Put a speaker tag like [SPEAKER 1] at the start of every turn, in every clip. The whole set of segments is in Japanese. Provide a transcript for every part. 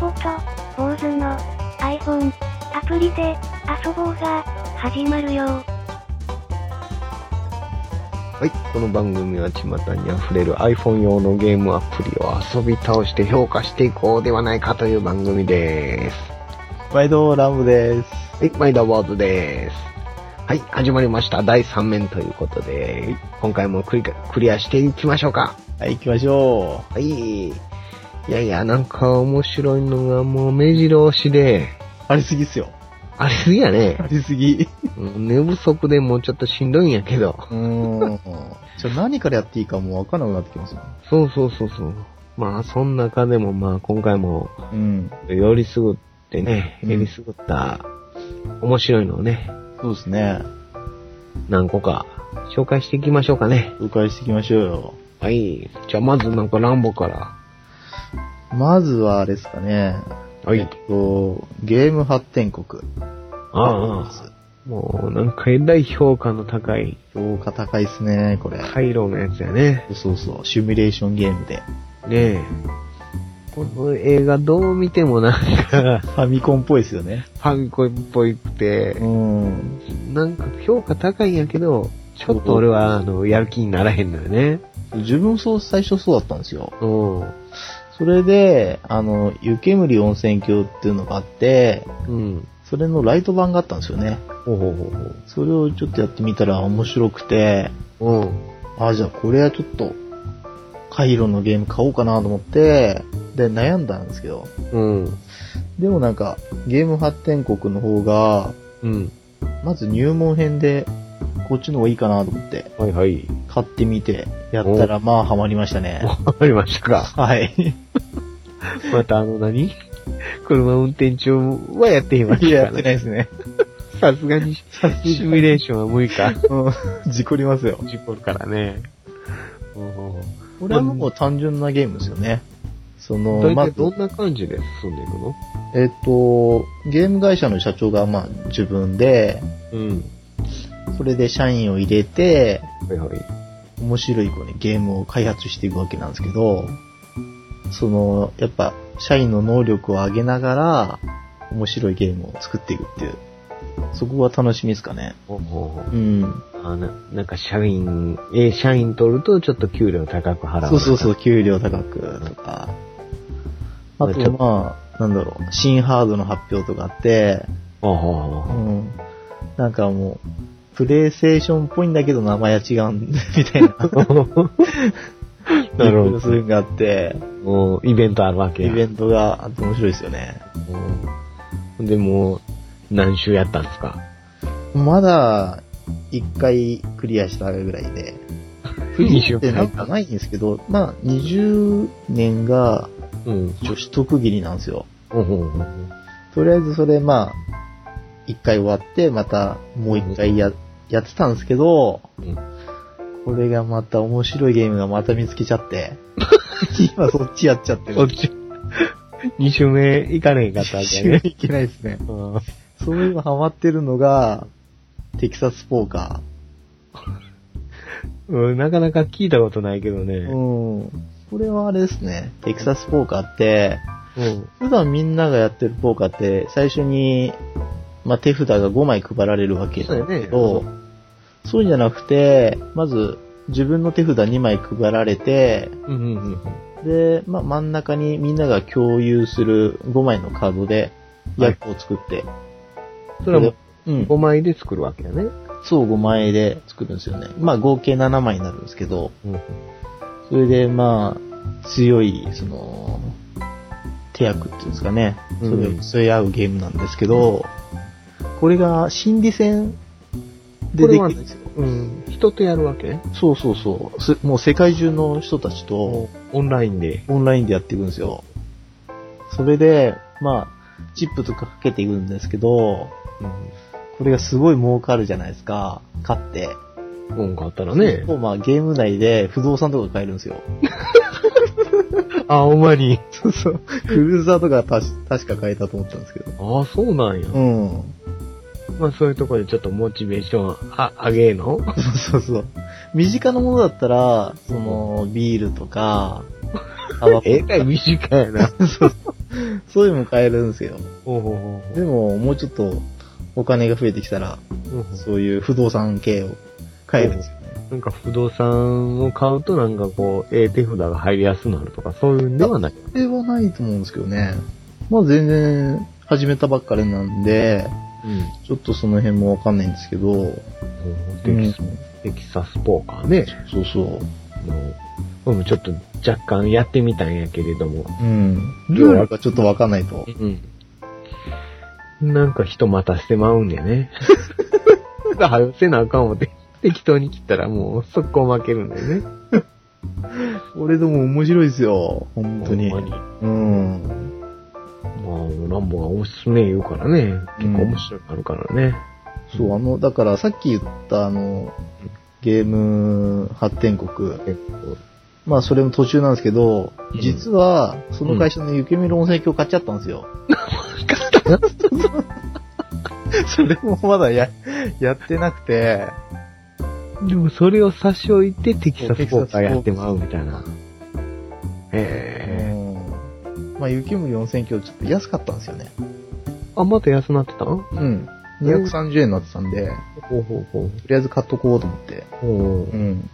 [SPEAKER 1] ごと、坊主の iPhone アプリで遊ぼうが始まるよ。
[SPEAKER 2] はい、この番組は巷にあふれる iPhone 用のゲームアプリを遊び倒して評価していこうではないかという番組です。
[SPEAKER 3] 毎度ラムです。
[SPEAKER 2] はい、マイダーワードです。はい、始まりました。第3面ということで、今回もクリクリアしていきましょうか。
[SPEAKER 3] はい、行きましょ
[SPEAKER 2] はい。いやいや、なんか面白いのがもう目白押しで、
[SPEAKER 3] う。ありすぎっすよ。
[SPEAKER 2] ありすぎやね
[SPEAKER 3] あ。りすぎ。
[SPEAKER 2] うん寝不足でもうちょっとしんどいんやけど。
[SPEAKER 3] うーん。 ちょ、何からやっていいかもうわかんなくなってきますね。
[SPEAKER 2] そうそうそうそう。まあ、そん中でもまあ、今回も、
[SPEAKER 3] うん。
[SPEAKER 2] よりすぐってね、
[SPEAKER 3] うん
[SPEAKER 2] よりすぐった、面白いのをね、
[SPEAKER 3] そうですね。
[SPEAKER 2] 何個か紹介していきましょうかね。
[SPEAKER 3] 迂回していきましょうよ。
[SPEAKER 2] はい。じゃあ、まずなんかランボから。
[SPEAKER 3] まずはあれですかね。
[SPEAKER 2] はい
[SPEAKER 3] えっと、ゲーム発展国。
[SPEAKER 2] ああ、もうなんかえらい評価の高い、
[SPEAKER 3] 評価高いっすね、これ。
[SPEAKER 2] カイロのやつやね。
[SPEAKER 3] そうそう、シミュレーションゲームで。
[SPEAKER 2] ねえ。この映画どう見てもなんか、
[SPEAKER 3] ファミコンっぽいっすよね。
[SPEAKER 2] ファミコンっぽいく
[SPEAKER 3] う
[SPEAKER 2] て、
[SPEAKER 3] ん。
[SPEAKER 2] なんか評価高いんやけど、ちょっと俺は、あの、やる気にならへんのよね。
[SPEAKER 3] 自分もそう、最初そうだったんですよ。
[SPEAKER 2] うん。
[SPEAKER 3] それで、あの、湯煙温泉郷っていうのがあって、
[SPEAKER 2] うん。
[SPEAKER 3] それのライト版があったんですよね。
[SPEAKER 2] ほうほうほうほう。
[SPEAKER 3] それをちょっとやってみたら面白くて、
[SPEAKER 2] うん。
[SPEAKER 3] あ、じゃあこれはちょっと、カイロのゲーム買おうかなと思って、で、悩んだんですけど、
[SPEAKER 2] うん。
[SPEAKER 3] でもなんか、ゲーム発展国の方が、
[SPEAKER 2] うん。
[SPEAKER 3] まず入門編で、こっちの方がいいかなと思って、
[SPEAKER 2] はいはい。
[SPEAKER 3] 買ってみて、やったらまあハマりましたね。
[SPEAKER 2] わかりましたか。
[SPEAKER 3] はい。
[SPEAKER 2] またあの何車運転中はやっていま
[SPEAKER 3] いや、
[SPEAKER 2] し
[SPEAKER 3] や
[SPEAKER 2] た
[SPEAKER 3] っ
[SPEAKER 2] から。
[SPEAKER 3] てないですね。
[SPEAKER 2] さすがにシミュレーションは無理か。
[SPEAKER 3] うん。事故りますよ。
[SPEAKER 2] 事故るからね。うん
[SPEAKER 3] これはもう単純なゲームですよね。その、
[SPEAKER 2] 大
[SPEAKER 3] ま
[SPEAKER 2] 体
[SPEAKER 3] ず、
[SPEAKER 2] どんな感じで進んでいくの
[SPEAKER 3] えっと、ゲーム会社の社長がまあ自分で、
[SPEAKER 2] うん。
[SPEAKER 3] それで社員を入れて、
[SPEAKER 2] はいはい。
[SPEAKER 3] 面白いこうね、ゲームを開発していくわけなんですけど、その、やっぱ、社員の能力を上げながら、面白いゲームを作っていくっていう、そこが楽しみですかね。
[SPEAKER 2] ほうほうほう
[SPEAKER 3] うん。
[SPEAKER 2] あななんか社員、えー社員取るとちょっと給料高く払う。
[SPEAKER 3] そうそうそう、。給料高くとか。あ
[SPEAKER 2] まあちょ
[SPEAKER 3] と、
[SPEAKER 2] っと
[SPEAKER 3] まあ、なんだろう、新ハードの発表とかあって、
[SPEAKER 2] ほうほうほう
[SPEAKER 3] う
[SPEAKER 2] ほ
[SPEAKER 3] ん。なんかもう、プレイステーションっぽいんだけど名前は違うんで、みたいな。
[SPEAKER 2] う。なるほ
[SPEAKER 3] そういうのがあって、
[SPEAKER 2] ど。うんイベントあるわけ
[SPEAKER 3] イ
[SPEAKER 2] や。
[SPEAKER 3] ベントがあって面白いですよね。
[SPEAKER 2] うんでも、何周やったんですか
[SPEAKER 3] まだ、一回クリアしたぐらいで。クリアってなんかないんですけど、まあ、20年が
[SPEAKER 2] うん。
[SPEAKER 3] ちょ取得切りなんですよ。
[SPEAKER 2] ほうほうほう
[SPEAKER 3] とりあえずそれ、まあ、一回終わって、またもう一回や、やってたんですけど、
[SPEAKER 2] うん
[SPEAKER 3] これがまた面白いゲームがまた見つけちゃ って、今そっちやっちゃって
[SPEAKER 2] そっ
[SPEAKER 3] る。
[SPEAKER 2] ち、二周目行かねえかったわけやね。
[SPEAKER 3] いけないですね。
[SPEAKER 2] うん
[SPEAKER 3] そういうのハマってるのが、テキサスポーカ
[SPEAKER 2] うん、なかなか聞いたことないけど
[SPEAKER 3] ー。
[SPEAKER 2] ね。
[SPEAKER 3] うん。これはあれですね。テキサスポーカーって、
[SPEAKER 2] うん。
[SPEAKER 3] 普段みんながやってるポーカーって、最初に、まあ、手札が5枚配られるわけなんですけど、
[SPEAKER 2] そ
[SPEAKER 3] そうじゃなくて、まず、自分の手札2枚配られて、
[SPEAKER 2] うんうんうん。
[SPEAKER 3] で、まあ、真ん中にみんなが共有する5枚のカードで、役を作って、
[SPEAKER 2] それは
[SPEAKER 3] うん。
[SPEAKER 2] 5枚で作るわけやね。
[SPEAKER 3] そう5枚で作るんですよね。まあ、合計7枚になるんですけど、
[SPEAKER 2] うん。
[SPEAKER 3] それで、まあ、強い、その、手役っていうんですかね。それ
[SPEAKER 2] うん
[SPEAKER 3] を競い合うゲームなんですけど、これが心理戦でできるんですよ。
[SPEAKER 2] うん。人とやるわけ
[SPEAKER 3] そうそうそうす。もう世界中の人たちと
[SPEAKER 2] オンラインで。
[SPEAKER 3] オンラインでやっていくんですよ。それで、まあ、チップとかかけていくんですけど、これがすごい儲かるじゃないですか。勝って。
[SPEAKER 2] うん。うん、買ったらね。
[SPEAKER 3] もうまあゲーム内で不動産とか買えるんですよ。
[SPEAKER 2] あ、ほんまに。
[SPEAKER 3] そうそう。クルーザーとかたし確か買えたと思ったんですけど。
[SPEAKER 2] ああ、そうなんや。
[SPEAKER 3] うん。
[SPEAKER 2] まあそういうところでちょっとモチベーションあ上げえの
[SPEAKER 3] そうそう。身近なものだったら、その、ビールとか、タバコ
[SPEAKER 2] えらい短いな。
[SPEAKER 3] そうそういうのも買えるんですよ。
[SPEAKER 2] ほうほうほ
[SPEAKER 3] でも、もうちょっとお金が増えてきたら、
[SPEAKER 2] うほう。
[SPEAKER 3] そういう不動産系を買えるんですよね。
[SPEAKER 2] なんか不動産を買うとなんかこう、ええ手札が入りやすくなるとか、そういうんではない。
[SPEAKER 3] それはないと思うんですけどね。まあ全然始めたばっかりなんで、
[SPEAKER 2] うん。
[SPEAKER 3] ちょっとその辺もわかんないんですけど、
[SPEAKER 2] テキ
[SPEAKER 3] うん
[SPEAKER 2] ステキサスポーカーね。
[SPEAKER 3] そうそう。
[SPEAKER 2] もう、もちょっと若干やってみたんやけれども。
[SPEAKER 3] うん。ルールがちょっとわかんないと。
[SPEAKER 2] うん。なんか人待たしてまうんや ね。はよせなあかん思って。適当に切ったらもう速攻負けるんだよね。
[SPEAKER 3] これでも面白いですよ。本当に。
[SPEAKER 2] ほんまに
[SPEAKER 3] うん。
[SPEAKER 2] まあ、ランボがおすすめ言うからね。結構面白くなるからね。
[SPEAKER 3] そう、あの、だからさっき言ったあの、ゲーム発展国。
[SPEAKER 2] 結構。
[SPEAKER 3] まあそれも途中なんですけど、
[SPEAKER 2] うん
[SPEAKER 3] 実は、その会社の雪見る温泉郷買っちゃったんですよ。 それもまだや、やってなくて、
[SPEAKER 2] でもそれを差し置いてテキサスポーカーやってまうみたいな。ええ
[SPEAKER 3] うんまあ、雪森温泉郷ちょっと安かったんですよね。
[SPEAKER 2] あ、また安なってたん
[SPEAKER 3] うん。230円になってたんで、と
[SPEAKER 2] ほうほうほう。
[SPEAKER 3] りあえず買っとこうと思って。
[SPEAKER 2] ほう
[SPEAKER 3] うん。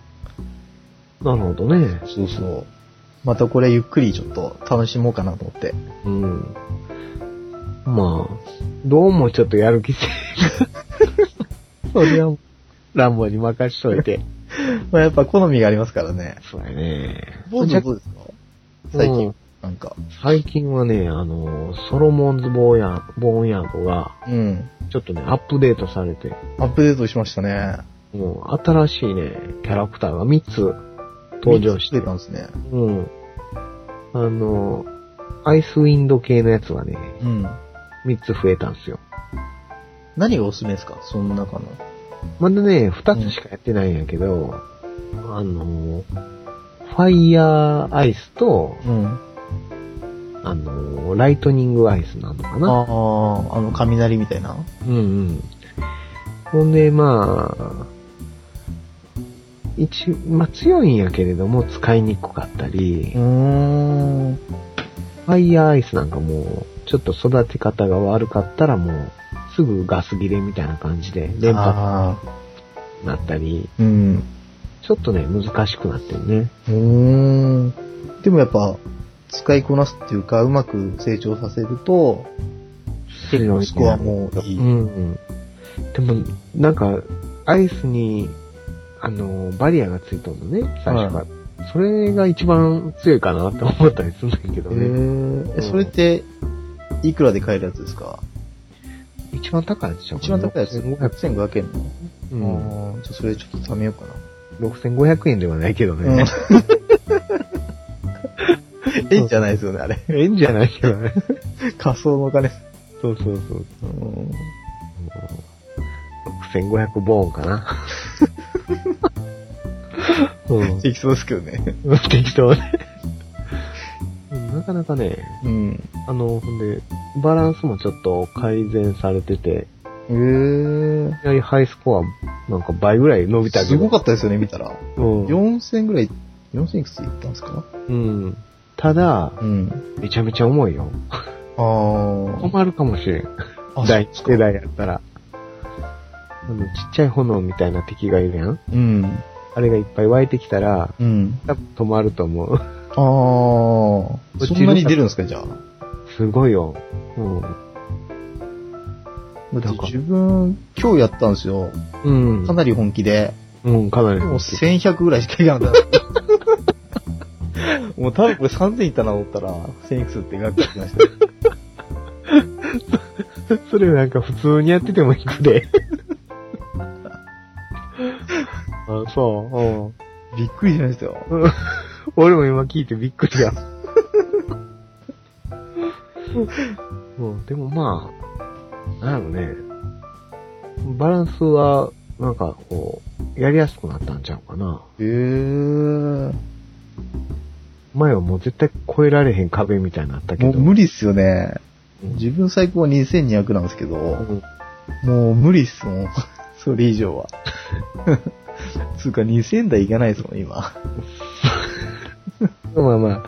[SPEAKER 2] なるほどね。
[SPEAKER 3] そうそう。またこれゆっくりちょっと楽しもうかなと思って。
[SPEAKER 2] うん。まあ、どうもちょっとやる気せえ。それは、ランボに任しといて。
[SPEAKER 3] まあ、やっぱ好みがありますからね。
[SPEAKER 2] そうやね。
[SPEAKER 3] 坊主どうですか最近、
[SPEAKER 2] うん
[SPEAKER 3] なんか。
[SPEAKER 2] 最近はね、あの、ソロモンズボーヤン、ボーンヤードが、
[SPEAKER 3] うん。
[SPEAKER 2] ちょっとね、アップデートされて、
[SPEAKER 3] アップデートしましたね。
[SPEAKER 2] もう新しいね、キャラクターが3つ登場して
[SPEAKER 3] 見たんですね。
[SPEAKER 2] うん。あの、アイスウィンド系のやつがね、
[SPEAKER 3] うん。
[SPEAKER 2] 3つ増えたんですよ。
[SPEAKER 3] 何がおすすめですかその中の。
[SPEAKER 2] まだね、2つしかやってないんやけど、あの、ファイヤーアイスと、
[SPEAKER 3] うん。
[SPEAKER 2] あの、ライトニングアイスなのか
[SPEAKER 3] あ
[SPEAKER 2] な。
[SPEAKER 3] あ、あの、雷みたいな。
[SPEAKER 2] うんうん。ほんで、まあ、一、まあ強いんやけれども使いにくかったり、
[SPEAKER 3] うーん。
[SPEAKER 2] ファイヤーアイスなんかもう、ちょっと育て方が悪かったらもう、すぐガス切れみたいな感じで、連発
[SPEAKER 3] あ
[SPEAKER 2] になったり、
[SPEAKER 3] ーうん。
[SPEAKER 2] ちょっとね、難しくなってるね。
[SPEAKER 3] うーん。でもやっぱ、使いこなすっていうか、うまく成長させると、
[SPEAKER 2] 結構
[SPEAKER 3] スコアもいい。
[SPEAKER 2] うん。でも、なんか、アイスに、あの、バリアがついとんのね、最初から。それが一番強いかなって思ったりするんだけど
[SPEAKER 3] へ
[SPEAKER 2] ね。
[SPEAKER 3] ーえ、それって、いくらで買えるやつですか
[SPEAKER 2] 一番高いやつでしょ
[SPEAKER 3] 一番高いやつ
[SPEAKER 2] 6500
[SPEAKER 3] ?6500 円の。
[SPEAKER 2] うん
[SPEAKER 3] あーじゃあそれちょっと貯めようかな。
[SPEAKER 2] 6500円ではないけど
[SPEAKER 3] うん
[SPEAKER 2] ね。。
[SPEAKER 3] えんじゃないですよね、あれ。
[SPEAKER 2] ええんじゃないけどね。
[SPEAKER 3] 仮想のお金。
[SPEAKER 2] そうそうそう。
[SPEAKER 3] うん。
[SPEAKER 2] 6500ボーンか な。うん、
[SPEAKER 3] できそうですけどね。
[SPEAKER 2] 適当 ね。なかなかね、
[SPEAKER 3] うん。
[SPEAKER 2] あの、ほんで、バランスもちょっと改善されてて、
[SPEAKER 3] えー。
[SPEAKER 2] いきなりハイスコアなんか倍ぐらい伸びたけど
[SPEAKER 3] すごかったですよね、見たら。
[SPEAKER 2] うん
[SPEAKER 3] 4000ぐらい、4000いくついったんですか
[SPEAKER 2] うん。ただ、
[SPEAKER 3] うん。
[SPEAKER 2] めちゃめちゃ重いよ。
[SPEAKER 3] あー。
[SPEAKER 2] 困るかもしれん。
[SPEAKER 3] あ
[SPEAKER 2] 第一世代やったら。あの、ちっちゃい炎みたいな敵がいるやん。
[SPEAKER 3] うん。
[SPEAKER 2] あれがいっぱい湧いてきたら、
[SPEAKER 3] うん。
[SPEAKER 2] 多分止まると思う。
[SPEAKER 3] ああ。そんなに出るんですか、じゃあ。
[SPEAKER 2] すごいよ。うん。
[SPEAKER 3] だって自分、今日やったんですよ。
[SPEAKER 2] うん。
[SPEAKER 3] かなり本気で。
[SPEAKER 2] うん、かなり。
[SPEAKER 3] もう1100ぐらいしかいかなかった。 もう多分これ3000いったなと思ったら、1000いくつってなってきました。
[SPEAKER 2] それなんか普通にやっててもいく で。あ、そう。うん
[SPEAKER 3] びっくりしましたよ。
[SPEAKER 2] 俺も今聞いてびっくり だ。うん、でもまあ、なんやろね。バランスは、なんかこう、やりやすくなったんちゃうかな。
[SPEAKER 3] へえー。
[SPEAKER 2] 前はもう絶対超えられへん壁みたいになったけ
[SPEAKER 3] も
[SPEAKER 2] ど。
[SPEAKER 3] う無理っすよね。
[SPEAKER 2] うん
[SPEAKER 3] 自分最高は2200なんですけど、
[SPEAKER 2] うん
[SPEAKER 3] もう無理っすもん。 それ以上は。つうか2000台いかないですもん、今。
[SPEAKER 2] まあまあ、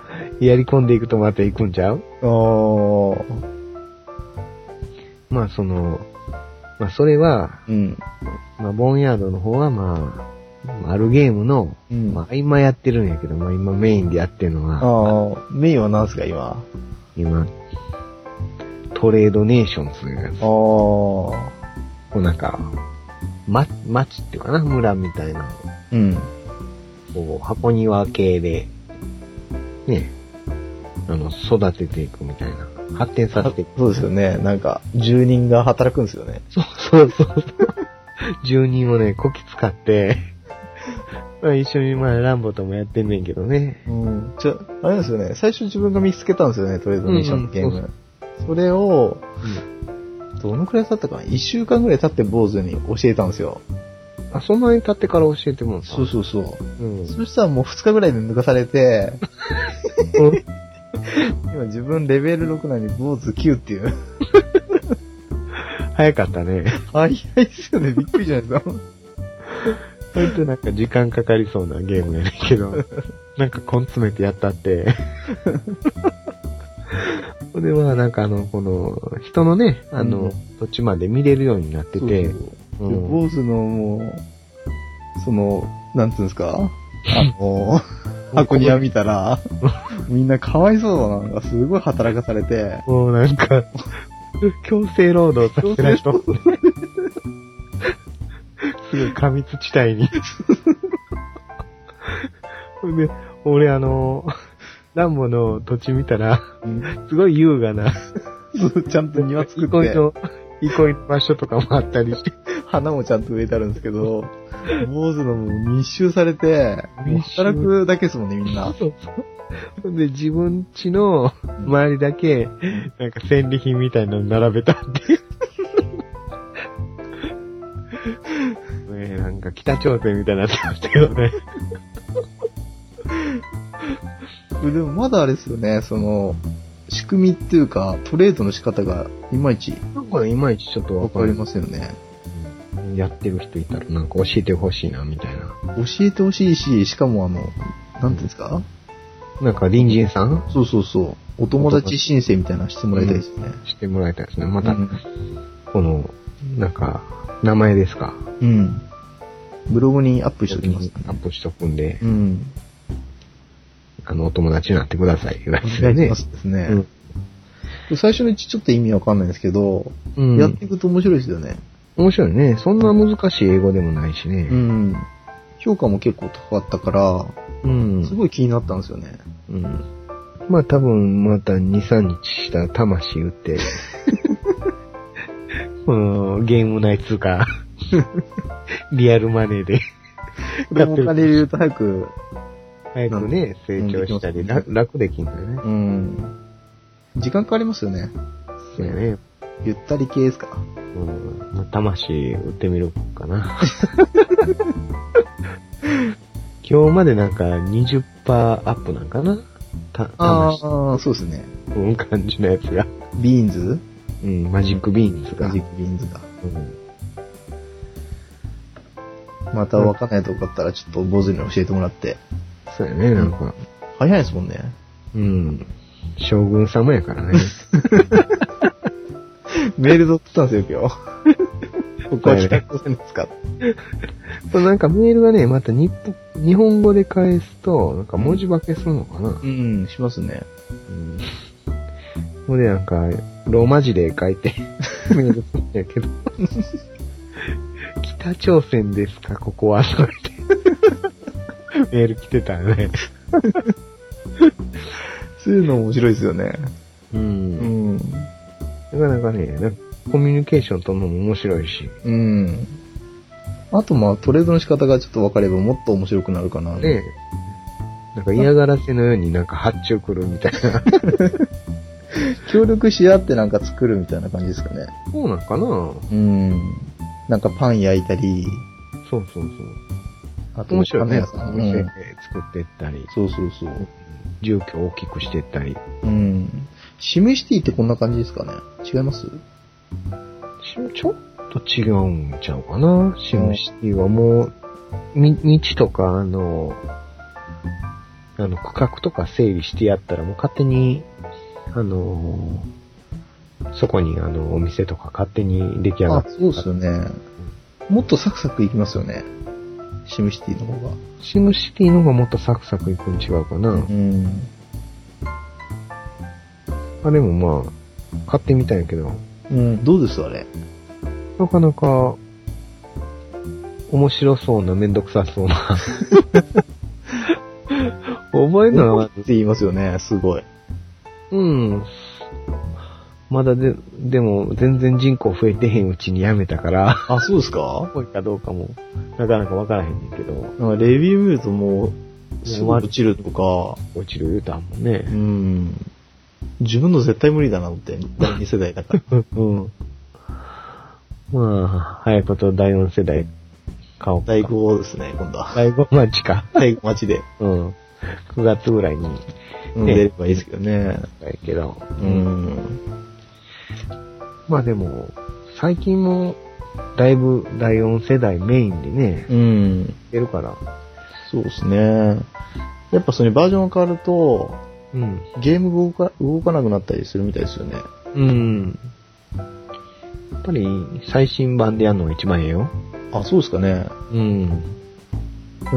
[SPEAKER 2] やり込んでいくとまた行くんちゃう
[SPEAKER 3] お
[SPEAKER 2] まあその、まあそれは、
[SPEAKER 3] うん。
[SPEAKER 2] まあボンヤードの方はまあ、あるゲームの、
[SPEAKER 3] うん。
[SPEAKER 2] まあ今やってるんやけど、まあ今メインでやってるの
[SPEAKER 3] あ
[SPEAKER 2] は、
[SPEAKER 3] ー、メインは何すか、今。
[SPEAKER 2] 今、トレードネーションズというやつ。
[SPEAKER 3] あー。
[SPEAKER 2] こうなんか、ま、町っていうかな、村みたいな、
[SPEAKER 3] うん。
[SPEAKER 2] こう、箱庭系で、ね、あの、育てていくみたいな、発展させていく。
[SPEAKER 3] そうですよね。なんか、住人が働くんですよね。
[SPEAKER 2] そうそうそうそう。 住人をね、こき使って、 まあ一緒にまあ、ランボともやってんねんけどね。
[SPEAKER 3] うん。じゃ、あれですよね。最初自分が見つけたんですよね、トレードネーションのゲー
[SPEAKER 2] うんう
[SPEAKER 3] ム。それを、どのくらい経ったかな ?1 週間ぐらい経って坊主に教えたんですよ。
[SPEAKER 2] あ、そんなに経ってから教えてもんさ
[SPEAKER 3] そうそうそう。
[SPEAKER 2] うん。
[SPEAKER 3] そしたらもう2日ぐらいで抜かされて、
[SPEAKER 2] うん
[SPEAKER 3] 今自分レベル6なのに坊主9っていう。
[SPEAKER 2] 早かったね。
[SPEAKER 3] 早いですよね。びっくりじゃないですか。
[SPEAKER 2] それってなんか時間かかりそうなゲームやねんけど、なんか根詰めてやったって。これはなんかあの、この、人のね、あの、
[SPEAKER 3] うん
[SPEAKER 2] 土地まで見れるようになってて、
[SPEAKER 3] で
[SPEAKER 2] うん
[SPEAKER 3] 坊主のもう、その、なんつうんです かあの、箱庭見た ら、みんなかわいそうだな、なんかすごい働かされて、
[SPEAKER 2] もうなんか、強制労働させられそう。すごい過密地帯に。 ほんで、俺あの、ランボの土地見たら、
[SPEAKER 3] うん
[SPEAKER 2] すごい優雅な、
[SPEAKER 3] そうちゃんと庭作っ
[SPEAKER 2] 憩い
[SPEAKER 3] て、
[SPEAKER 2] の、憩いの場所とかもあったりして、
[SPEAKER 3] 花もちゃんと植えてあるんですけど、坊主のもう密集されて、もう働くだけですもんね、みんな。
[SPEAKER 2] そうそう。ほんで、自分家の周りだけ、なんか戦利品みたいなの並べたっていう。ねえ、 なんか北朝鮮みたいになってましたけどね。
[SPEAKER 3] でもまだあれですよね、その、仕組みっていうか、トレードの仕方がいまいち
[SPEAKER 2] なんかいまいちちょっと
[SPEAKER 3] わかりませんよね。
[SPEAKER 2] す。やってる人いたらなんか教えてほしいな、みたいな。
[SPEAKER 3] 教えてほしいし、しかもあの、なんていうんですか
[SPEAKER 2] なんか隣人さん
[SPEAKER 3] そうそうそう。お友達申請みたいなのしてもらいたいですね。
[SPEAKER 2] してもらいたいですね。ま
[SPEAKER 3] う
[SPEAKER 2] た、
[SPEAKER 3] ん。
[SPEAKER 2] この、なんか、名前ですか
[SPEAKER 3] うん。ブログにアップしときます、ね。
[SPEAKER 2] アップしとくんで、
[SPEAKER 3] うん。
[SPEAKER 2] あの、お友達になってください。お願
[SPEAKER 3] お願いしますですね。最初のうちちょっと意味わかんないんですけど、
[SPEAKER 2] うん。
[SPEAKER 3] やっていくと面白いですよね。
[SPEAKER 2] 面白いね。そんな難しい英語でもないし
[SPEAKER 3] う
[SPEAKER 2] ね。
[SPEAKER 3] ん。評価も結構高かったから、
[SPEAKER 2] うん
[SPEAKER 3] すごい気になったんですよね。
[SPEAKER 2] うん。まあ多分また2、3日したら魂打って、 このゲーム内通 貨、リアルマネーで、
[SPEAKER 3] でもお金入れると早く、
[SPEAKER 2] 早くね、成長したり、楽楽できんだよね。
[SPEAKER 3] うん。時間かかりますよね。
[SPEAKER 2] そうやね。
[SPEAKER 3] ゆったり系ですか。
[SPEAKER 2] うん。まあ魂打ってみるか な。今日までなんか20%アップなんかなた、魂
[SPEAKER 3] ああ、そうですね。
[SPEAKER 2] うん感じのやつが。
[SPEAKER 3] ビーンズ
[SPEAKER 2] うん、マジックビーンズが。
[SPEAKER 3] マジックビーンズか。
[SPEAKER 2] うん
[SPEAKER 3] また分かんないとこあったら、ちょっと坊主に教えてもらって。
[SPEAKER 2] そうやね、なんか。
[SPEAKER 3] 早いですもんね。
[SPEAKER 2] うん。将軍様やから ね。
[SPEAKER 3] メール取ってたんですよ、 今日。ここは北朝鮮ですか。
[SPEAKER 2] そうなんかメールがね、また日本日本語で返すと、なんか文字化けするのかな。
[SPEAKER 3] うん、しますね。
[SPEAKER 2] うん。ほんで、なんか、ローマ字で書い て、メールするんやけど。北朝鮮ですか、ここは。とか言って。メール来てたね。
[SPEAKER 3] そういうの面白いですよね。
[SPEAKER 2] う。
[SPEAKER 3] うんん。
[SPEAKER 2] なかなかね、なんかコミュニケーションとるのも面白いし。
[SPEAKER 3] うん。あと、まあ、トレードの仕方がちょっと分かればもっと面白くなるかな。
[SPEAKER 2] ねなんか嫌がらせのようになんか発注来るみたいな。
[SPEAKER 3] 協力し合ってなんか作るみたいな感じですかね。
[SPEAKER 2] そうなんかな
[SPEAKER 3] うん。なんかパン焼いたり、
[SPEAKER 2] そうそうそう。
[SPEAKER 3] あと、
[SPEAKER 2] 面白いね。
[SPEAKER 3] パ
[SPEAKER 2] お
[SPEAKER 3] ン屋さんう
[SPEAKER 2] 店で
[SPEAKER 3] ん
[SPEAKER 2] 作ってったり、
[SPEAKER 3] そうそうそう。
[SPEAKER 2] 住居を大きくしてったり。
[SPEAKER 3] うん。シムシティってこんな感じですかね違います
[SPEAKER 2] しちょっと違うんちゃうかな。シムシティはもう、み道とか、あの、あの、区画とか整理してやったら、もう勝手に、あのーそこに、あの、お店とか勝手に出来上が
[SPEAKER 3] あ
[SPEAKER 2] っ、
[SPEAKER 3] そうですよね。もっとサクサクいきますよね。シムシティの方が。
[SPEAKER 2] シムシティの方がもっとサクサクいくん違うかな。
[SPEAKER 3] うん。
[SPEAKER 2] あれもまあ、買ってみたんやけど、
[SPEAKER 3] うん、どうですあれ。
[SPEAKER 2] なかなか、面白そうな、めんどくさそう な。覚えるのは
[SPEAKER 3] っ、て言いますよね、すごい。
[SPEAKER 2] うん。まだで、でも、全然人口増えてへんうちにやめたから、
[SPEAKER 3] あ、そうですか
[SPEAKER 2] 多いかどうかも、なかなかわからへんねんけど、
[SPEAKER 3] なんかレビュー見るともう、すごい落ちるとか、
[SPEAKER 2] 落ちる言うたんもん
[SPEAKER 3] う
[SPEAKER 2] ね。
[SPEAKER 3] ん。自分の絶対無理だなって、第2世代だから。
[SPEAKER 2] うん。まあ、早いこと第4世代、買おうか。
[SPEAKER 3] 第5ですね、今度は。
[SPEAKER 2] 第5マッチか。
[SPEAKER 3] 第5待ちで。
[SPEAKER 2] うん。9月ぐらいに、
[SPEAKER 3] うん
[SPEAKER 2] ね
[SPEAKER 3] 出ればいいですけどね。
[SPEAKER 2] だけど。
[SPEAKER 3] うん。
[SPEAKER 2] まあでも、最近も、だいぶ第4世代メインでね、
[SPEAKER 3] うん。
[SPEAKER 2] 出るから。
[SPEAKER 3] そうですね。やっぱそのバージョンが変わると、
[SPEAKER 2] うん。
[SPEAKER 3] ゲームが動か動かなくなったりするみたいですよね。
[SPEAKER 2] うん。やっぱり、最新版でやるのが一番ええよ。
[SPEAKER 3] あ、そうですかね。
[SPEAKER 2] うん。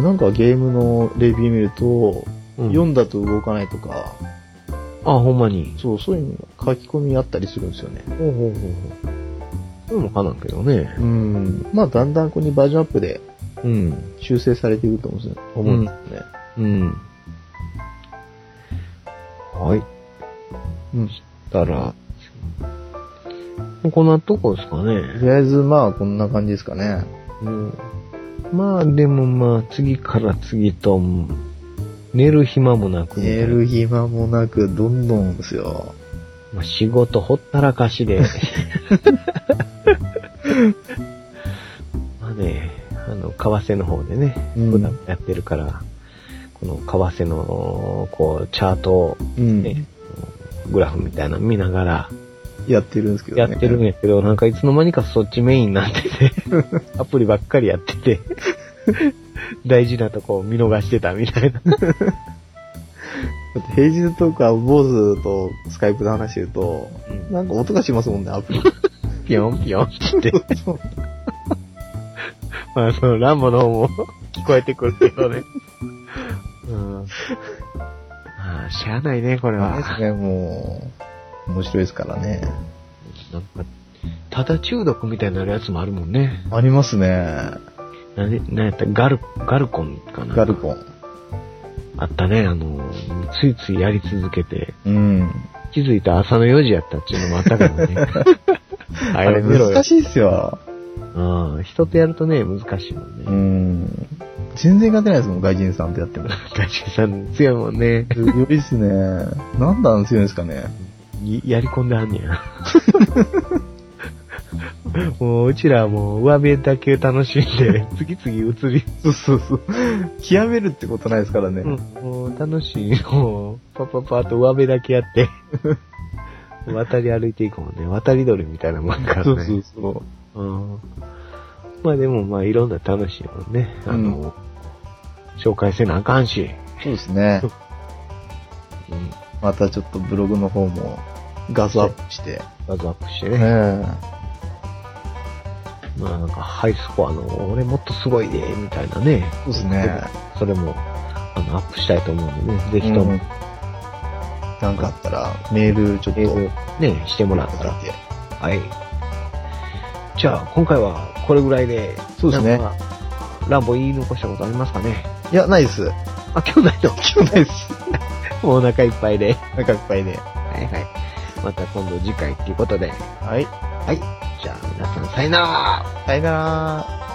[SPEAKER 3] なんかゲームのレビュー見ると、読んだと動かないとか、
[SPEAKER 2] あ、ほんまに。
[SPEAKER 3] そう、そういうの書き込みあったりするんですよね。
[SPEAKER 2] ほうほうほうほう。そうもかなんけどね。
[SPEAKER 3] うん。まあ、だんだんここにバージョンアップで
[SPEAKER 2] うん。
[SPEAKER 3] 修正されていくと思うんですよ思うんですよね。
[SPEAKER 2] うん。はい。
[SPEAKER 3] うん。
[SPEAKER 2] だから、もうこんなとこですか
[SPEAKER 3] と
[SPEAKER 2] ね。
[SPEAKER 3] りあえず、まあ、こんな感じですかね。
[SPEAKER 2] うん。まあ、でもまあ、次から次と、寝る暇もなく、
[SPEAKER 3] 寝る暇もなく、どんどんですよ。
[SPEAKER 2] まあ仕事ほったらかし で。まあね、あの、為替の方でね、
[SPEAKER 3] うん
[SPEAKER 2] 普段やってるから、この為替の、こう、チャートを
[SPEAKER 3] うん。
[SPEAKER 2] ね、グラフみたいなの見ながら
[SPEAKER 3] やってるんですけど
[SPEAKER 2] や
[SPEAKER 3] ね。
[SPEAKER 2] ってるんやけど、なんかいつの間にかそっちメインになって て、アプリばっかりやってて、 大事なとこを見逃してたみたいな。
[SPEAKER 3] だって平日とか、坊主とスカイプで話してると、なんか音がしますもんね、ア プリ。
[SPEAKER 2] ピョンピョンって。
[SPEAKER 3] そう
[SPEAKER 2] まあ、その、ランボの方も聞こえてくるけどね。うん。まあ、しゃあないね、これは。
[SPEAKER 3] ですね、もう、面白いですからね。
[SPEAKER 2] なんか、ただ中毒みたいになるやつもあるもんね。
[SPEAKER 3] ありますね。
[SPEAKER 2] なに、なんやった、ガル、ガルコンかな。
[SPEAKER 3] ガルコン。
[SPEAKER 2] あったね、あの、ついついやり続けて、
[SPEAKER 3] うん。
[SPEAKER 2] 気づいた朝の4時やったっていうのもあったからね。
[SPEAKER 3] あ
[SPEAKER 2] あ
[SPEAKER 3] れ難
[SPEAKER 2] しい。
[SPEAKER 3] しいですよ。
[SPEAKER 2] うん。人とやるとね、難しいもんね。
[SPEAKER 3] う。ん。全然勝てないですもん、外人さんとやっても。
[SPEAKER 2] ガチさん強いもんね。
[SPEAKER 3] 強いですね。なんであんな強いんですかね。
[SPEAKER 2] いやり込んではんね や。もう、うちらはもう、上辺だけ楽しんで、次々移り、
[SPEAKER 3] そうそうそう。極めるってことないですからね。
[SPEAKER 2] もう楽しい、もう、パパパッと上辺だけや って、渡り歩いていくもんね。渡り鳥みたいなもんからね。
[SPEAKER 3] そうそうそう。
[SPEAKER 2] うんまあでも、まあ、いろんな楽しいもんね。あの、紹介せなあかんし。
[SPEAKER 3] そうですね。
[SPEAKER 2] うん。
[SPEAKER 3] またちょっとブログの方も画像アップして。
[SPEAKER 2] バズアップして
[SPEAKER 3] ね
[SPEAKER 2] ね。まあ、なんか、ハイスコアの、俺もっとすごいで、みたいなね。
[SPEAKER 3] そうですね。
[SPEAKER 2] それも、あの、アップしたいと思うんでね、ぜひと
[SPEAKER 3] う
[SPEAKER 2] も
[SPEAKER 3] ん、なんかあったら、メールちょっと
[SPEAKER 2] メールね、してもらったら。
[SPEAKER 3] て。
[SPEAKER 2] はい。じゃあ、今回はこれぐらいで、
[SPEAKER 3] そうです
[SPEAKER 2] な
[SPEAKER 3] ね
[SPEAKER 2] んか。ランボ言い残したことありますかね
[SPEAKER 3] いや、ないです。
[SPEAKER 2] あ、今日ない の
[SPEAKER 3] 今日ないです。
[SPEAKER 2] もう お腹いっぱいで。
[SPEAKER 3] なんかいっぱいで。
[SPEAKER 2] はいはい。また今度次回ということで。
[SPEAKER 3] はい。
[SPEAKER 2] じゃあ皆さんさよなら
[SPEAKER 3] さよなら。